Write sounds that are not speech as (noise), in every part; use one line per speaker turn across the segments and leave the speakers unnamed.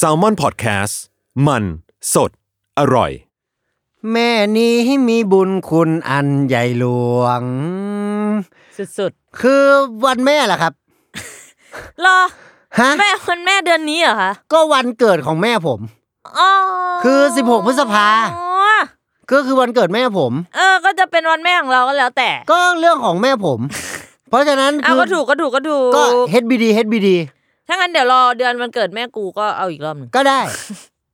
s a l m o n PODCAST มันสดอร่อย
แม่นี้มีบุญคุณอันใหญ่หลวง
สุด
คือวันแม่ล่ะครับ
ๆรอ
ฮะ
แม่คนแม่เดือนนี้เหรอคะ
ก็วันเกิดของแม่ผม
อ๋อ
คือ16พฤษภา
อ๋อ
ก็คือวันเกิดแม่ผม
เออ ก็จะเป็นวันแม่ของเราก็แล้วแต่
ก็เรื่องของแม่ผม เพราะฉะนั้นคื
เอา
อ
ก็ถูกก็ถูกก็ถูก
ก็ HBD HBD
ถ้างั้นเดี๋ยวรอเดือนวันเกิดแม่กูก็เอาอีกรอบหนึ่ง
ก็ได้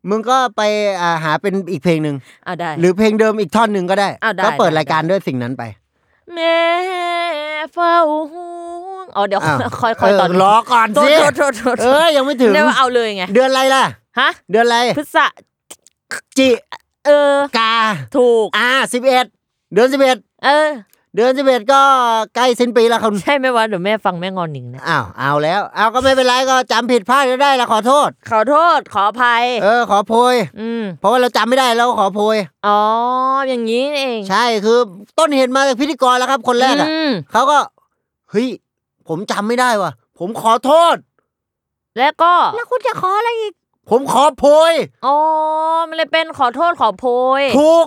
มึงก็ไปอ่าหาเป็นอีกเพลงหนึ่ง
เอาได้
หรือเพลงเดิมอีกท่อนหนึ่งก็ได้
เอาได้
ก็เปิด
ได้
รายการด้วยสิ่งนั้นไป
แม่เฝ้าห่วงอ๋อเดี๋ยว
าว
ค่อยค่อยๆตอน
เรอก่อน
โทษ
สิ
โทษโทษโทษ
เอ้ยยังไม่ถึง
เรียกว่าเอาเลยไง
เดือนอะไรล่ะ
ฮะ
เดือนอะไร
พฤษะ
จิ
เออก
า
ถูก
อ่าสิบเอ็ดเดือนสิบเอ็ด
เออ
เดือนสิบเอ็ดก็ใกล้สิ้นปีแล้วคุณ
ใช่ไหมวะเดี๋ยวแม่ฟังแม่งอนหนิงนะ
อ้าวเอาแล้วเอาก็ไม่เป็นไรก็จำผิดพลาดก็ได้ละขอโทษ
ขอโทษขออภัย
เออขอโพย
อืม
เพราะว่าเราจำไม่ได้เราขอโพย
อ๋ออย่างนี้นี่เอง
ใช่คือต้นเหตุมาจากพิธีกรแล้วครับ คนแรกอ่ะ
อืม
เขาก็เฮ้ยผมจำไม่ได้ว่ะ ผมขอโทษ
แล้วก็
แล้วคุณจะขออะไรอีก ผมขอโพย
อ๋อมันเลยเป็นขอโทษขอโพย
ถูก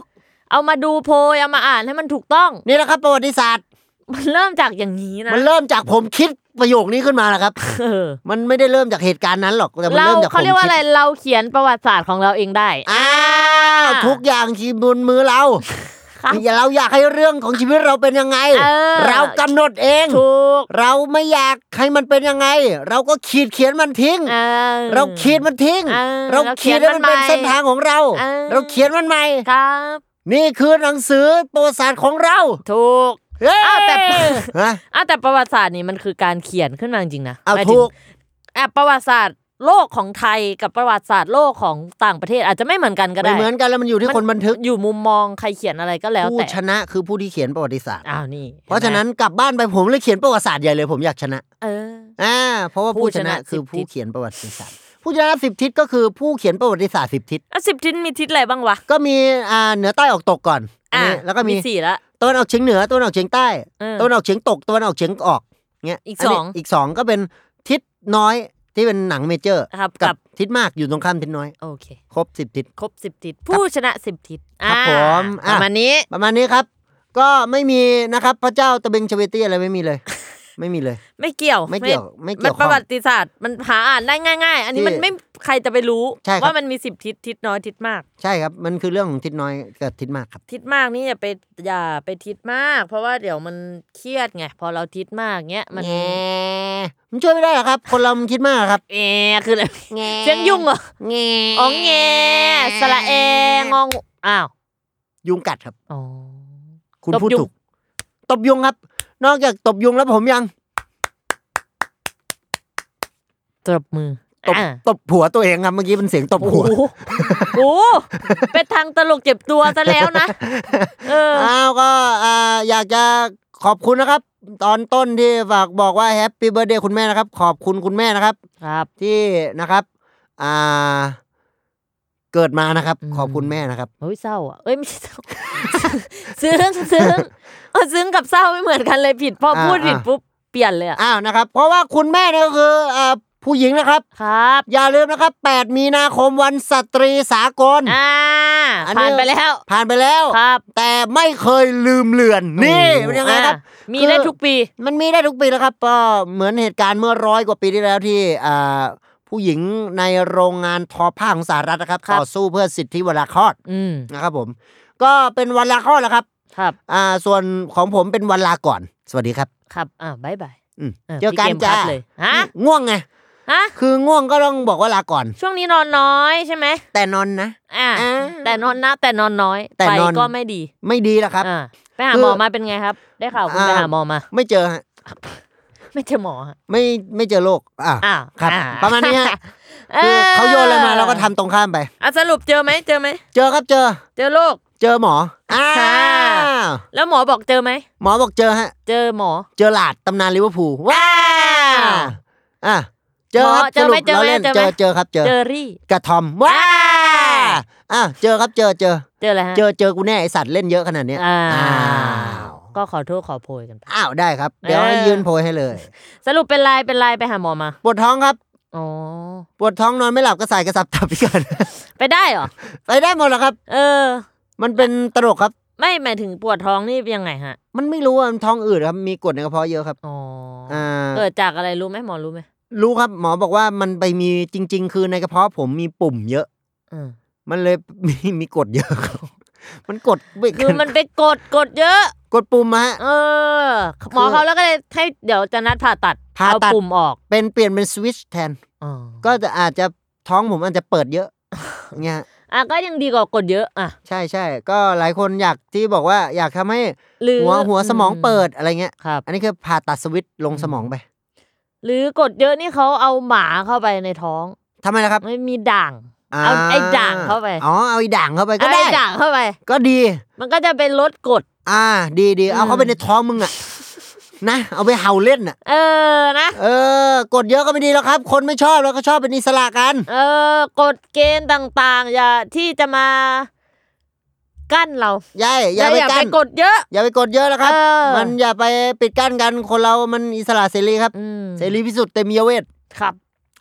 เอามาดูโพย เอามาอ่านให้มันถูกต้อง
นี่แหละครับ ประวัติศาสตร์
มันเริ่มจากอย่างนี้นะ
มันเริ่มจากผมคิดประโยคนี้ขึ้นมาแหละครับ
เออ
มันไม่ได้เริ่มจากเหตุการณ์นั้นหรอกแต่มัน
เรา
เริ่มจากผม
เขาเรียกว่า
คิด
อะไรเราเขียนประวัติศาสตร์ของเราเองได้
อ้าวทุกอย่างชีบนมือเรา
ครับ
อย่าเราอยากให้เรื่องของชีวิตเราเป็นยังไง
เออ
เรากำหนดเอง
ถูก
เราไม่อยากให้มันเป็นยังไง เราก็ขีดเขียนมันทิ้ง
ออ
เราขีดมันทิ้ง
เออ
เราขีดให้มันเป็น
เราเขียนมันใหม่
เส้นทางของเรา
เออ
เราเขียนมันใหม่
ครับ
นี่คือหนังสือประวัติศาสตร์ของเรา
ถูก
เฮ้ย
อ้าวแต่ (laughs)
ฮะ
อ่ะแต่ประวัติศาสตร์นี่มันคือการเขียนขึ้นมาจริงๆนะ
เอา
หมยถึง
ถูก
อ่ะประวัติศาสตร์โลกของไทยกับประวัติศาสตร์โลกของต่างประเทศอาจจะไม่เหมือนกันก็
ไม่
ได้
เหมือนกันแล้วมันอยู่ที่คนบันทึก
อยู่มุมมองใครเขียนอะไรก็แล้ว
ผู้
แต่
ชนะคือผู้ที่เขียนประวัติศาสตร์
อ้าวนี่ห็ไหม
เพราะฉะนั้นกลับบ้านไปผมเลยเขียนประวัติศาสตร์ใหญ่เลยผมอยากชนะ
เออ
อ่าเพราะว่า
ผู้
ผู้ช
ช
นะ
นะ
คือ
10
ผู้เขียนประวัติศาสตร์ ผู้ชนะสิบทิศก็คือผู้เขียนประวัติศาสตร์สิบทิศ
อ่ะสิบทิศมีทิศอะไรบ้างวะ
ก็มีอ่าเหนือใต้ออกตกก่อนอัน
อ่ะ
นี้แล้วก็มี
สี่ละ
ตะวันออกเฉียงเหนือตะวันออกเฉียงใต้
เออ
ตะวันออกเฉียงตกตะวันออกเฉียงออกเงี้ย
อีก
นนี้
สอง
อีกสองก็เป็นทิศน้อยที่เป็นหนังเมเจอร์
ครับกั
กับบ ทิศมากอยู่ตรงข้ามทิศน้อย
โอเค
ครบสิบทิศ
ครบสิบทิศผู้ชนะสิบทิศ
ครับ
อ่า
ผมอ่ะ
ประมาณนี้
ประมาณนี้ครับ ก็ไม่มีนะครับพระเจ้าตะเบงชเวตี้อะไรไม่มีเลย (laughs) ไม่มีเลย
ไม่เกี่ยว
ไม่เกี่ยวไม่เกี่ยวข้อง
นประวัติศาสตร์มันหาอ่านได้ง่าย ๆ อันนี้
ที่
มันไม่ใครจะไปรู้
ใช่ครับ
ว่ามันมีสิบทิศทิศน้อยทิศมาก
ใช่ครับมันคือเรื่องของทิศน้อยกับทิศมากครับ
ทิศมากนี่อย่าไปอย่าไปทิศมาก เพราะว่าเดี๋ยวมันเครียดไงพอเราทิศมากเงี้ยมัน
แง่มันช่วยไม่ได้หรอกครับ คนเรามันคิดมากครับ
แงคืออะไรเสียงยุ่งเหรอ
แง
อ๋อแงสระเององอ้าว
ยุงกัดครับ
อ๋อ
คุณ
ตบ
พูด
ยุง
ถูก ตบยุงครับ นอกจากตบยุงแล้วผมยัง
ตบมือ
ตบ
อ่ะ
ตบผัวตัวเองครับเมื่อกี้เป็นเสียงตบ
โอ้โห
หัว
โอ้โหเป็นทางตลกเจ็บตัวซะแล้วนะ เออ
อ้าวก็อ่าอยากจะขอบคุณนะครับ ตอนต้นที่ฝากบอกว่าแฮปปี้เบ t ร์ a เดย์คุณแม่นะครับ ขอบคุณคุณแม่นะครับ
ครับ
ที่นะครับอ่าเกิดมานะครับ
อืม
ขอบคุณแม่นะครับ
เฮ้ยเศร้าอ่ะ เอ้ยไม่ใช่เศร้า (laughs) ซึ้งซึ้งเออซึ้งกับเศร้าไม่เหมือนกันเลยผิดพอพูด
อ่า
ผิด
อ่า
ปุ๊บเปลี่ยนเลยอ่ะ
อ้าวนะครับ เพราะว่าคุณแม่เนี่ยก็คืออ่าผู้หญิงนะครับ
ครับ
อย่าลืมนะครับ 8 มีนาคมวันสตรีสากล
อ่า
อันนี้
ผ่านไปแล้ว
ผ่านไปแล้ว
ครับ
แต่ไม่เคยลืมเลือน นี่
โอ้โห
เป็นยังไงครับ
อ่ะมีได้ทุกปี
มันมีได้ทุกปีแล้วครับก็เหมือนเหตุการณ์เมื่อร้อยกว่าปีที่แล้วที่อ่าผู้หญิงในโรงงานทอผ้าของสหรัฐนะครับ
ครับ
ต่อสู้เพื่อสิทธิเวลาคลอด
อืม
นะครับผม ก็เป็นวันลาคลอดแล้วครับ
ครับ
อ่าส่วนของผมเป็นวันลาก่อน สวัสดีครับ
ครับ อ่าบายบาย
อืม
ะ
เจอกัน
พี่ม
จ้า
คัดเลยฮะ
ง่วงไง
ฮะ
คือง่วงก็ต้องบอกว่าลาก่อน
ช่วงนี้นอนน้อยใช่ไหม
แต่นอนนะ
อ่า
อ่า
แต่นอนนะแต่นอนน้อย
แต่
ไป
นอน
ก็ไม่ดี
ไม่ดีแล้วครับ
อ่าไปหา
คือ
หมอมาเป็นไงครับ ได้ข่าวคุณ
อ่า
ไปหาหมอมา
ไม่เจอฮะ
ไม่เจอหมอฮะ
ไม่ไม่เจอโรคอ่ะ
อ้าว
ครับ
อ่
ประมาณนี้ฮะคือเขาโยนอะไรมาเราก็ทำตรงข้ามไป
อ่ะสรุปเจอไหมเจอไหม
เจอครับเจอ
เจอโรค
เจอหมออ่า
ค่ะ แล้วหมอบอกเจอไหม
หมอบอกเจอฮะ
เจอหมอ
เจอหลาดตำนานลิเวอร์พูลว้า
ว้าว
วอ่ะเจอครับ
หมอเจอไหม
สรุปเราเล่น
เจอไหม
เจ
เจ
อ
อไหม
เจอครับเจอ
เจอรี่
กระทอมว้า
อ่า
อ่ะเจอครับเจอเจอ
เจออะไรฮะ
เจอเจอกูแน่ไอสัตว์เล่นเยอะขนาดเนี้ย
อ้าว
ว
ก็ขอโทษขอโพยกันไป
อ้าวได้ครับ เดี๋ยว
เออ
ยืนโพยให้เลย
สรุปเป็นลายเป็นลายไปหาหมอมา
ปวดท้องครับ
อ๋อ
ปวดท้องนอนไม่หลับก็ใส่กระสับตับพิการ
ไปได้เหรอ
(laughs) ไปได้หมดแล้วครับ
เออ
มันเป็นตลกครับ
ไม่หมายถึงปวดท้องนี่ยังไงฮะ
มันไม่รู้ว่ามันท้องอืดครับมีกรดในกระเพาะเยอะครับ
อ๋ออ
อ่า
เกิดจากอะไรรู้ไหมหมอรู้ไหม
รู้ครับหมอบอกว่ามันไปมีจริง ๆ คือในกระเพาะผมมีปุ่มเยอะ
เออ
มันเลย (laughs) มีมีกดเยอะครับ (laughs) มันกดไม่
คือมันไปกดกดเยอะ
กดปุ่มอะฮะ
เออ หมอเขาแล้วก็เลยให้เดี๋ยวจะนัดผ่าตัด
ผ่าตัด
เอปุ่มออก
เป็นเปลี่ยนเป็นสวิตชแทน
อ๋อ
ก็จะอาจจะท้องผมอาจจะเปิดเยอะ (laughs) เงี้ย
อ่ะก็ยังดีกว่ากดเยอะอ่ะ
ใช่ใช่ก็หลายคนอยากที่บอกว่าอยากทำให้
หรือ
หัวหัวสมองเปิดอะไรเงี้ย
ครับ
อันนี้คือผ่าตัดสวิตชลงสมองไป
หรือกดเยอะนี่เขาเอาหมาเข้าไปในท้อง
ทำไมล่ะครับ
ไม่มีด่าง เอาไอ้ด่างเข้าไป
อ๋อเอาไอ้ด่างเข้าไปก็
เอา
ได้
ไอ้ด่างเข้าไป
ก็ดี
มันก็จะเป็นลดกด
อ่า ดีดีเอาเข้าไปในท้องมึง
(laughs)
อะนะเอาไปเห่าเล่นอะ
เออนะ
เออกดเยอะก็ไม่ดีแล้วครับ คนไม่ชอบแล้วก็ชอบเป็นอิสระกัน
เออกฎเกณฑ์ต่างๆ อย่าที่จะมากั้นเรา
อย่าอย่าไป
อย่า
กั้
ไป
น
กดเยอะ
อย่าไปกดเยอะแล้วครับ
เออ
มันอย่าไปปิดกั้นกันคนเรามันอิสระเสรีครับ
อืม
เสรีพิสุทธิ์เตมียเวท
ครับ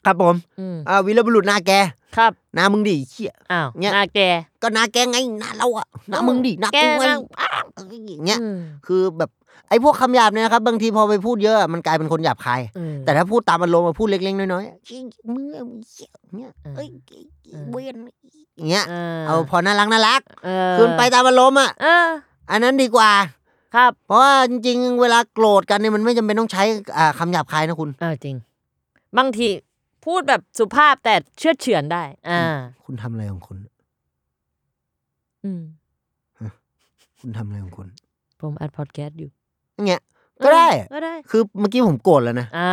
ครับผม
อืม
อ่าวีรบุรุษนาแก
ครับ
นามึงดิเขี้ย
อ้าว
เนี่ย
นาแก
ก็นาแกไงนาเราอะนามึงดินา
แก
กูไง
นั่ง
อ้าวอย่างเงี้ย
อืม
คือแบบไอ้พวกคำหยาบเนี่ยนะครับบางทีพอไปพูดเยอะอะมันกลายเป็นคนหยาบคาย
อืม
แต่ถ้าพูดตามอารมณ์มาพูดเล็กๆน้อยๆอะเหี้ยมือเหี้ยเนี่ยเอ้ยเวียนอย่างเงี้ยเอาพอน่ารักน่ารัก
เออ
คืนไปตามอารมณ์อะ
เออ
อันนั้นดีกว่า
ครับ
เพราะว่าจริงๆ เวลาโกรธกันเนี่ยมันไม่จำเป็นต้องใช้อ่าคำหยาบคายนะคุณ
เออจริง บางทีพูดแบบสุภาพแต่เชื่อดเฉือนได้ อ่า
คุณทำอะไรของคุณ
อืม
คุณทำอะไรของคุณ
ผมอัดพอดแคสต์อยู่
อย่างเงี้ย ก็ได้
เออก็ได้
คือเมื่อกี้ผมโกรธแล้วนะ
อ่า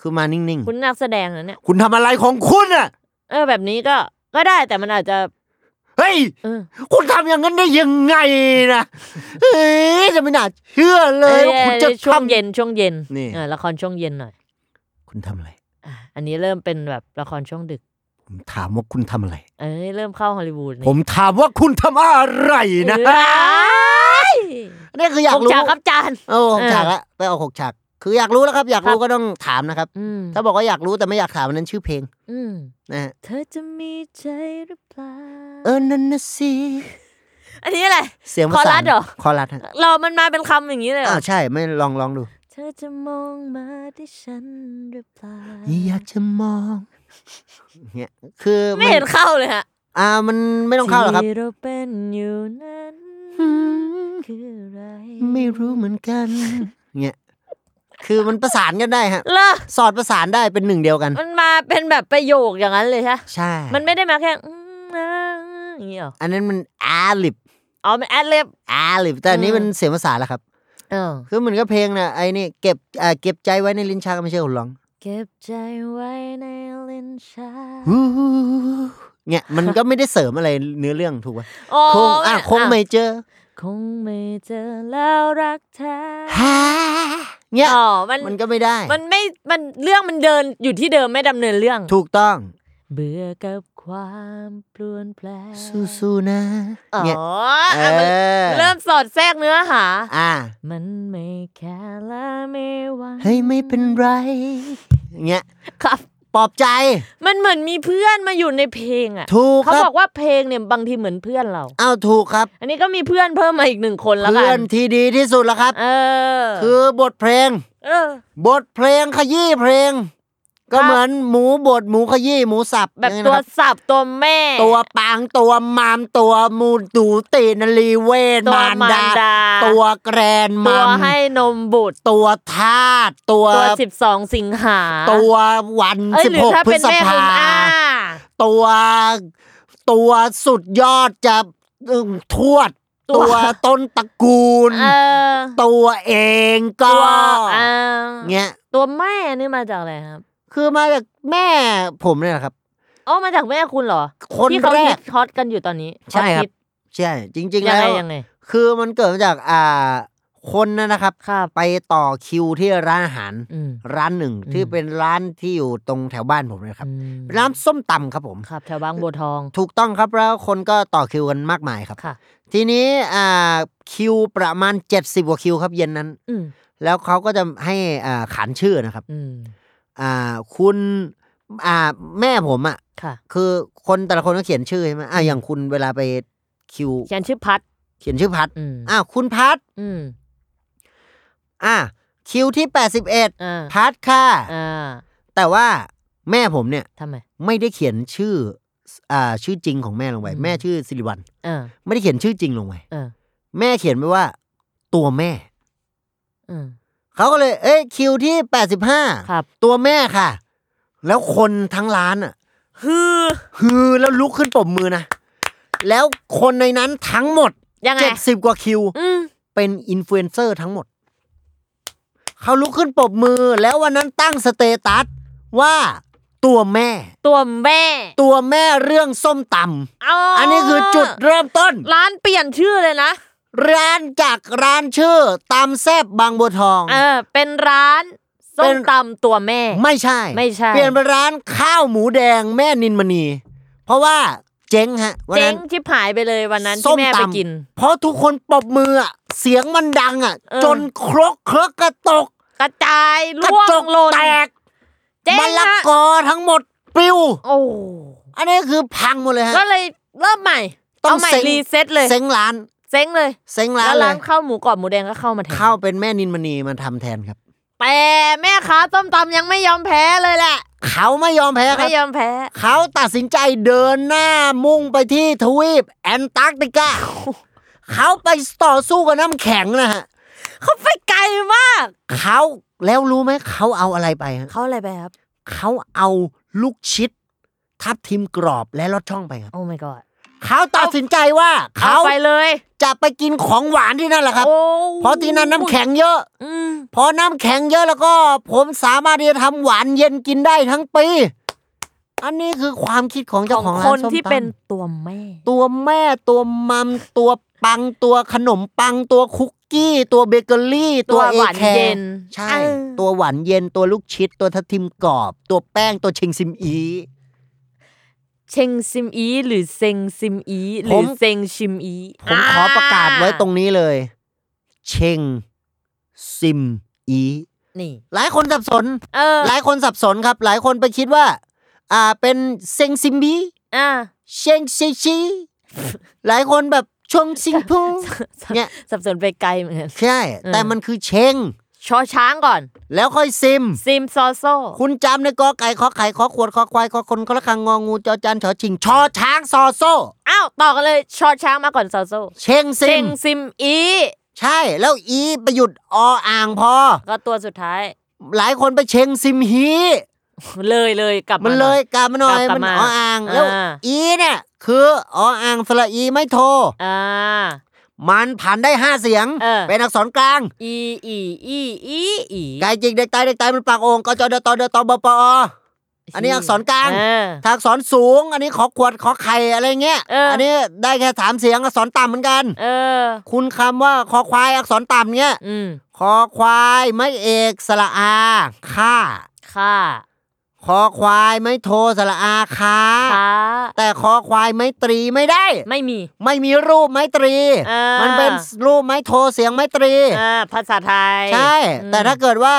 คือมานิ่ง
คุณนักแสดงนะเนี่ย
ๆ คุณทำอะไรของคุณอ่ะ
เออ แบบนี้ก็ ก็ได้แต่มันอาจจะ
เฮ้ย
เออ
คุณทำอย่างนั้นได้ยังไงนะเอ๊ะจะไม่น่าเชื่อเลยว่าคุณจะ
เออช่วง
ทำ
เย็นช่วงเย็น
นี่
เออละครช่วงเย็นหน่อย
คุณทำอะไร
อ่ะอันนี้เริ่มเป็นแบบละครช่วงดึก
ผมถามว่าคุณทำอะไร
เอ้ยเริ่มเข้าฮอลลีวูดนี่
ผมถามว่าคุณทำอะไรนะ
เอ้ย
นี่คืออยา
ห
ก
ก
รู้
จานครับจาน
โอ้หก
เออ
ฉากละไปเอาหกฉาก คืออยากรู้แล้วครับ อยากรู้
ครับ
ก็ต้องถามนะครับ
อืม
ถ้าบอกว่าอยากรู้แต่ไม่อยากถามอันนั้นชื่อเพลง
อืม
นะฮะ
เธอจะมีใจหรือเปล่า
เออนั่นนะสิ
อันนี้อะไร
เสียงประ
คอรั
สา
ส
น
เหรอ
คอรัสฮะ
เรามันมาเป็นคำอย่างนี้เลยเหร
อ้า
อ
วใช่ไม่ลองลองดู
เธอจะมองมาที่ฉันหรือเปล่า
อยากจะมองเนี่ยคือ
ไม่เห็นเข้าเลยฮะ
อ่ามันไม่ต้องเข้าหรอกครับ
ที่เราเป็นอยู่นั้นคืออะไร
ไม่รู้เหมือนกันเนี่ยคือมันประสานกันได้ฮะ
เลอ
สอดประสานได้เป็นหนึ่งเดียวกัน
มันมาเป็นแบบประโยคอย่างนั้นเลยใช่
ใช่
มันไม่ได้มาแค่อืมอ่าอย่างนี้หรอ
อันนั้นมันอาลิบ
อ๋อมันแอดเล็บ
อาลิบแต่อันนี้
อืม
มันเสียงภาษานแล้วครับ
เออ
คือเหมือนกับเพลงนะไอ้นี่เก็บอ่าเก็บใจไว้ในลิ้นชักไม่ใช่คนร้อง
เก็บใจไว้ในลิ้นชัก
ฮู้เนี่ยมันก็ไม่ได้เสริมอะไรเนื้อเรื่องถูกปะ
โอ้
คงอ่ะคงไม่เจอ
คงไม่เจอแล้วรักแท้
ฮ่าเนี่ย
อ๋อมัน
มันก็ไม่ได้
มันไม่มันเรื่องมันเดินอยู่ที่เดิมไม่ดำเนินเรื่อง
ถูกต้อง
เบื่อกับความปลวนแปลง
สู้ๆนะ
อ๋อ
เนี่ยเอ
อ่ะมัน
อ
เริ่มสอดแทรกเนื้อหา
อ่า
มันไม่แค่และไม่หวัง
เฮ้ยไม่เป็นไรอย่างเงี้ย
ครับ
ปลอบใจ
มันเหมือนมีเพื่อนมาอยู่ในเพลงอ่ะ
ถูก
เขา
ครับ
บอกว่าเพลงเนี่ยบางทีเหมือนเพื่อนเรา
อ้าวถูกครับ
อันนี้ก็มีเพื่อนเพิ่มมาอีกหนึ่งคนแล้วกั
เพื่อน นที่ดีที่สุดแล้วครับ
เออ
คือบทเพลง
เออ
บทเพลงขยี้เพลง ก็
ครับ
เหมือนหมูบดหมูขยี้หมูสับ
แบบ
อย่างเงี้ย
ตัว
นะครับ
สับตัวแม่
(laughs) ตัวปางตัวมามตัวมูตูตีนรีเวน
ตัว
มาร
มาร
ดา
ดา
ตัวแกรน
ตั
มั
ว
ม
ให้นมบุตร
ตัวทาสตัว
ตัวสิบสองสิงหา
ตัววัน
เอ้ย
สิบ
หรือ
หก
ถ้า
พฤ
เป็น
ษ
แม่
ภา
คุณอา
ตัวตัวสุดยอดจะเอิ่มทวด
ตัว
ตัวต้นตระกูล
เออ
ตัวเองก็
ตัวอ่า
เงี้ย
ตัวแม่นี่มาจากอะไรครับ
คือมาจากแม่ผมเนี่ยแหละครับ
อ๋อมาจากแม่คุณเหรอ
คน
ที่เขา
แร
ฮิ
ก
ตฮอตกันอยู่ตอนนี้
ใช่ครับ
ฮอตฮิต
ใช่จริง ๆ
ยัง
แล้
ไง
ว
ยังไง
คือมันเกิดมาจากอ่าคนนะนะครับ
ครับ
ไปต่อคิวที่ร้านอาหาร
อืม
ร้านหนึ่ง
อืม
ที่เป็นร้านที่อยู่ตรงแถวบ้านผมเลยครับ
อืม
ร้านส้มตำครับผม
ครับแถวบางบัวทอง
ถูกต้องครับแล้วคนก็ต่อคิวกันมากมายครับ
ค่ะ
ทีนี้อ่าคิวประมาณ 70กว่าคิวครับเย็นนั้น
อืม
แล้วเขาก็จะให้อ่าขานชื่อนะครับ
อืม
อ่าคุณอ่าแม่ผมอ่ะ
ค่ะ
คือคนแต่ละคนก็เขียนชื่อใช่ไหมอ่าอย่างคุณเวลาไปคิว
ฉันชื่อพัด
เขียนชื่อพัด
อืม
อ่าคุณพัด
อืม
อ่าคิวที่ 81
อ่า
พัดค่ะ
อ่า
แต่ว่าแม่ผมเนี่ย
ทำไม
ไม่ได้เขียนชื่ออ่าชื่อจริงของแม่ลงไป
อืม
แม่ชื่อสิริวัล
อ่า
ไม่ได้เขียนชื่อจริงลงไป
อ่า
แม่เขียนไว้ว่า ตัวแม่
อืม
เขาก็เลย เอ้ยคิวที่แปดสิบห้า
ครับ
ตัวแม่ค่ะ แล้วคนทั้งร้านอ่ะ
ฮือ
ฮือแล้วลุกขึ้นปรบมือนะ แล้วคนในนั้นทั้งหมด
ยังไง
เจ็ดสิบกว่าคิว
อืม
เป็นอินฟลูเอนเซอร์ทั้งหมด เขาลุกขึ้นปรบมือ แล้ววันนั้นตั้งสเตตัสว่าตัวแม่
ตัวแม่
ตัวแม่เรื่องส้มตำ อันนี้คือจุดเริ่มต้น
ร้านเปลี่ยนชื่อเลยนะ
ร้านจากร้านชื่อตามแซบบางบัวทอง
เออเป็นร้านส้
เป็
ม
น
ตำตัวแม่
ไม่ใช่
ไม่ใช่
เปลี่ยนเป็นร้านข้าวหมูแดงแม่นินมณี เพราะว่าเจ๊งฮะวัน
เจ๊
นั้
ง
น
ชิบหายไปเลยวันนั้น
ส้
ที่
ม
แม่ไป
ตำ
กิน
เพราะทุกคนปรบมืออะเสียงมันดังอ่ะ
เออ
จนครกเครกกระตก
กระจาย
กระ
ล่ว
จ
ง
ก
หล่น
แตก
เจ๊ง
มะละ
ฮะ
กอทั้งหมดปลิว
โอ้
อันนี้คือพังหมดเลยฮะ
ก็เลยเริ่มใหม่
ต้อ
เอา
ง
ใหม่
เซ็ง
รีเซ็ตเลย
เซ็งร้าน
เซ็งเลย
เซ็งร้าน
แล้ว
เล
ร้าน
ย
ข้าวหมูกรอบหมูแดงก็เข้ามาแทน
เข้าเป็นแม่นินมณีมาทำแทนครับ
แต่แม่ค้าต้มตำยังไม่ยอมแพ้เลยแหละ
เขาไม่ยอมแพ้ครับ
ไม่ยอมแพ้
เขาตัดสินใจเดินหน้ามุ่งไปที่ทวีปแอนตาร์กติกา เขาไปต่อสู้กับน้ำแข็งนะฮะ
เขาไปไกลมาก
เขาแล้วรู้ไหมเขาเอาอะไรไปฮะ
เขาอะไรไปครับ
เขาเอาลูกชิด ทับทิมกรอบและลอดช่องไปครับ
โอ้ my god
เขาตัดสินใจว่า เขา
เอาไปเลย
จะไปกินของหวานที่นั่นแหละครับ
โอ้
เพราะที่นั่นน้ำแข็งเยอะ
อืม
พอน้ำแข็งเยอะแล้วก็ ผมสามารถที่จะทำหวานเย็นกินได้ทั้งปี อันนี้คือความคิดของเจ้า
ข
ข
อ
อง ง
ค
ร้าน
น
ส้ม
ที่
ตำ
เป็นตัวแม่
ตัวแม่ตัวมัม ตัวปังตัวขนมปัง ตัวคุกกี้ ตัวเบเกอรี่
ตัว
เอ
หวาน
แค
เย็น
ใช่
เออ
ตัวหวานเย็นตัวลูกชิด ตัวทับทิมกรอบ ตัวแป้งตัวเชงซิมอี
เชงซิมอีหรือเซงซิมอีห
ผ
รือ
ม
เซงชิมอี
ผมขอประกาศไว้ตรงนี้เลย เชงซิมอี
นี่
หลายคนสับสน
เออ
หลายคนสับสนครับ หลายคนไปคิดว่า อ่าเป็นเซงซิมบี
อ่า
เชงซิชีหลายคนแบบชงซิงพู
(laughs)
เนี่ย
สับสนไปไกลเหมือนกัน
ใช่ แต่
เออ
มันคือเชง
ชอช้างก่อน
แล้วค่อยซิม
ซิมซอโซ
คุณจำในกอไก่ขอไข่ขอขวดขอควายขอคนขอละคังงองูจอจันชอชิงชอช้างซอโซ่
อ้าว ต่อกันเลยชอช้างมาก่อนซอโซ
เชง
เช
ซิม
งซิมอี
ใช่แล้วอีไปหยุดออ่างพอ
ก็ตัวสุดท้าย
หลายคนไปเชงซิมฮี
เลยเลยกลับ
มั
มาน ห
เล
น่อยย
กลับมาหน่อย
กลับ
มัน
มา
ออ่างแล้ว
อ่า
อีเนี่ยคือออ่างสระอีไม่โทร
อ่า
มันผ่านได้ห้าเสียง
เออ
เป็นอักษรกลาง
อีอีอีอีอี
ไก่จิกเด็กตายเด็กตายมันปากโองกจอเดอตอเดอตอบปออันนี้อักษรกลาง
เออ
ถ้าอักษรสูง อันนี้ขอขวดขอไข่อะไรเงี้ย
เอออั
นนี้ได้แค่สามเสียงอักษรต่ำเหมือนกัน
เออ
คุณคำว่าคอควายอักษรต่ำเนี้ย
อืม
คอควายไม่เอกสระอาค่า
ค่า
คอควายไม่โทสระอาค้า
ค้า
แต่คอควายไม่ตรีไม่ได้
ไม่มี
ไม่มีรูปไม้ตรี
อ่ามั
มันเป็นรูปไม้โทเสียงไม้ตรี
เออภาษาไทย
ใช่
อืม
แต่ถ้าเกิดว่า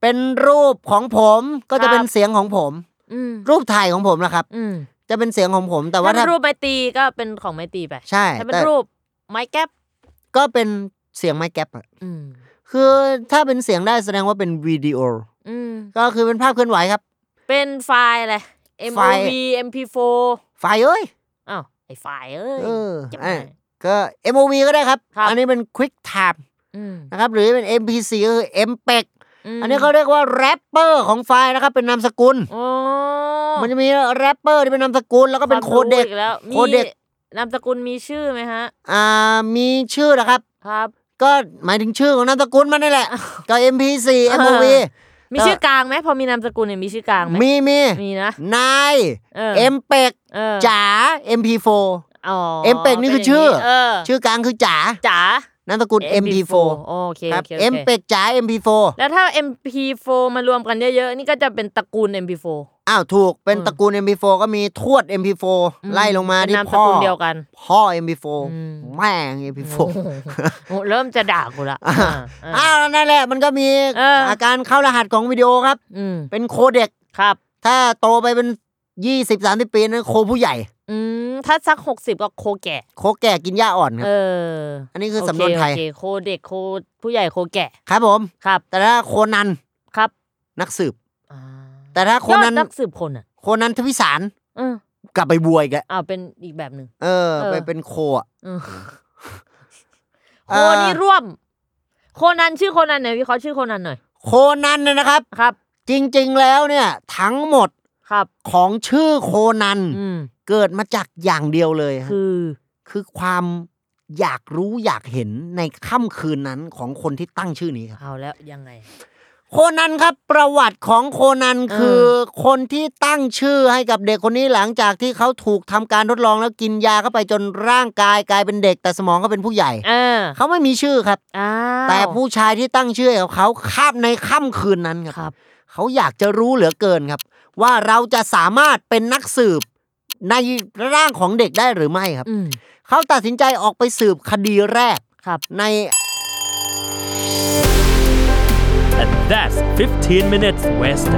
เป็นรูปของผมก็
ครั
จะ
บ
เป็นเสียงของผม
อืม
รูปถ่ายของผมนะครับ
อืม
จะเป็นเสียงของผมแต่ว่า
ถ้าเป็
ถ้าน
รูปไม้ตีก็เป็นของไม้ตีไป
ใช่
ถ้าเป็น
แต่
รูปไม้แก๊ป
ก็เป็นเสียงไม้แก๊ปอะ
อืม
คือถ้าเป็นเสียงได้แสดงว่าเป็นวิดีโอ
อืม
ก็คือเป็นภาพเคลื่อนไหวครับ
เป็นไฟล์อะไร
ไฟล์
MOV MP4
ไฟล์เอ้ย
อ้าวไอไฟล์เอ้ย
เออ
จะ
อ่ะ
มา
ก็ MOV ก็ได้ครับ
ครับ
อันนี้เป็น Quick Time
อืม
นะครับ หรือเป็น MPC ก็คือ MPEG
ม
อันนี้เขาเรียกว่าแรปเปอร์ของไฟล์นะครับ เป็นนามสกุล
โอ้
มันจะมีแรปเปอร์ที่เป็นนามสกุล แล้วก็เป็น
วาม
โค
รู้
เด็ก
อีแล้วมี
โคเด็ก
นามสกุลมีชื่อไหมฮะ
อ่ามีชื่อนะครับ
ครับ
ก็หมายถึงชื่อของนามสกุลมันนี่
(laughs)
แหละ ก็ MP4 MOV
มีชื่อกลางไหมพอมีนามสกุลเนี่ยมีชื่อกลางไหม
มีมี
มีนะ
นาย
เออ
เอ็มเป็ก
เออ
จ๋า MP4
อ๋อ
เอ็มเป็กนี่คือชื่อ
เอ
ชื่อกลางคือจ๋า
จ๋าน
ามสกุ
ุ
ล MP4
โอเค
ค
โอ
รับ
เคโอเค
M เป็กจ๋า MP4
แล้วถ้า MP4 มารวมกันเยอะๆ นี่ก็จะเป็นตระกูล MP4
อ้าวถูกเป็น
เออ
ตระกูล MP4 ก็มีทวด MP4
อื
ไล่ลงมา
เป็น
ที่
นามส
พ่อ
กุลเดียวกัน
พ่อ MP4
อืม
แม่ง MP4
โอ้เริ่มจะด่ากูละอ่ะอ่ะ
อ้าวนั่นแหละมันก็มี
เอออ
การเข้ารหัสของวิดีโอครับ
อืม
เป็นโคเด็ก
ครับ
ถ้าโตไปเป็น 20 30 ปีนั้นโคผู้ใหญ่
อืมถ้าสักหกสิบก็โคแก่
โคแก่กินหญ้าอ่อนค
เอ
รับ
อ
อันนี้คือสำนวนไทย
โอเคโอเคโคเด็กโคผู้ใหญ่โคแก่
ครับผม
ครับ
แต่ถ้าโคนัน
ครับ
นักสืบ
อ่า
แต่ถ้าโคนั
ย
น
อดนักสืบคนอ่ะ
โคนันทวิสาร
เออก
ลับไปบวยกอะ
เอาเป็นอีกแบบหนึ่ง
เออ
เออ
ไปเป็นโคอะ
เออโค
เอ่อ
นี่ร่วม โคนันชื่อโคนันหน่อยวิเคราะห์ชื่อโคนันหน่อย
โคนันเนี่ยนะครับ
ครับ
จริงๆแล้วเนี่ยทั้งหมด
ครับ
ของชื่อโคนัน
อืม
เกิดมาจากอย่างเดียวเลยฮะ
คือ
คือความอยากรู้อยากเห็นในค่ำคืนนั้นของคนที่ตั้งชื่อนี้ครับ
เอาแล้วยังไง
โคนันครับประวัติของโคนัน
เออ
คือคนที่ตั้งชื่อให้กับเด็กคนนี้หลังจากที่เขาถูกทำการทดลองแล้วกินยาเข้าไปจนร่างกายกลายเป็นเด็กแต่สมองเขาเป็นผู้ใหญ่
เออ
เขาไม่มีชื่อครับ
อ้าว
แต่ผู้ชายที่ตั้งชื่อให้กับเขาข้ามในค่ำคืนนั้น
ค
ค
รั
รั
บบ
เขาอยากจะรู้เหลือเกินครับ ว่าเราจะสามารถเป็นนักสืบในร่างของเด็กได้หรือไม่ครับ
อืม
เขาตัดสินใจออกไปสืบคดีแรก
ครับ
ใน
And that's 15 minutes west.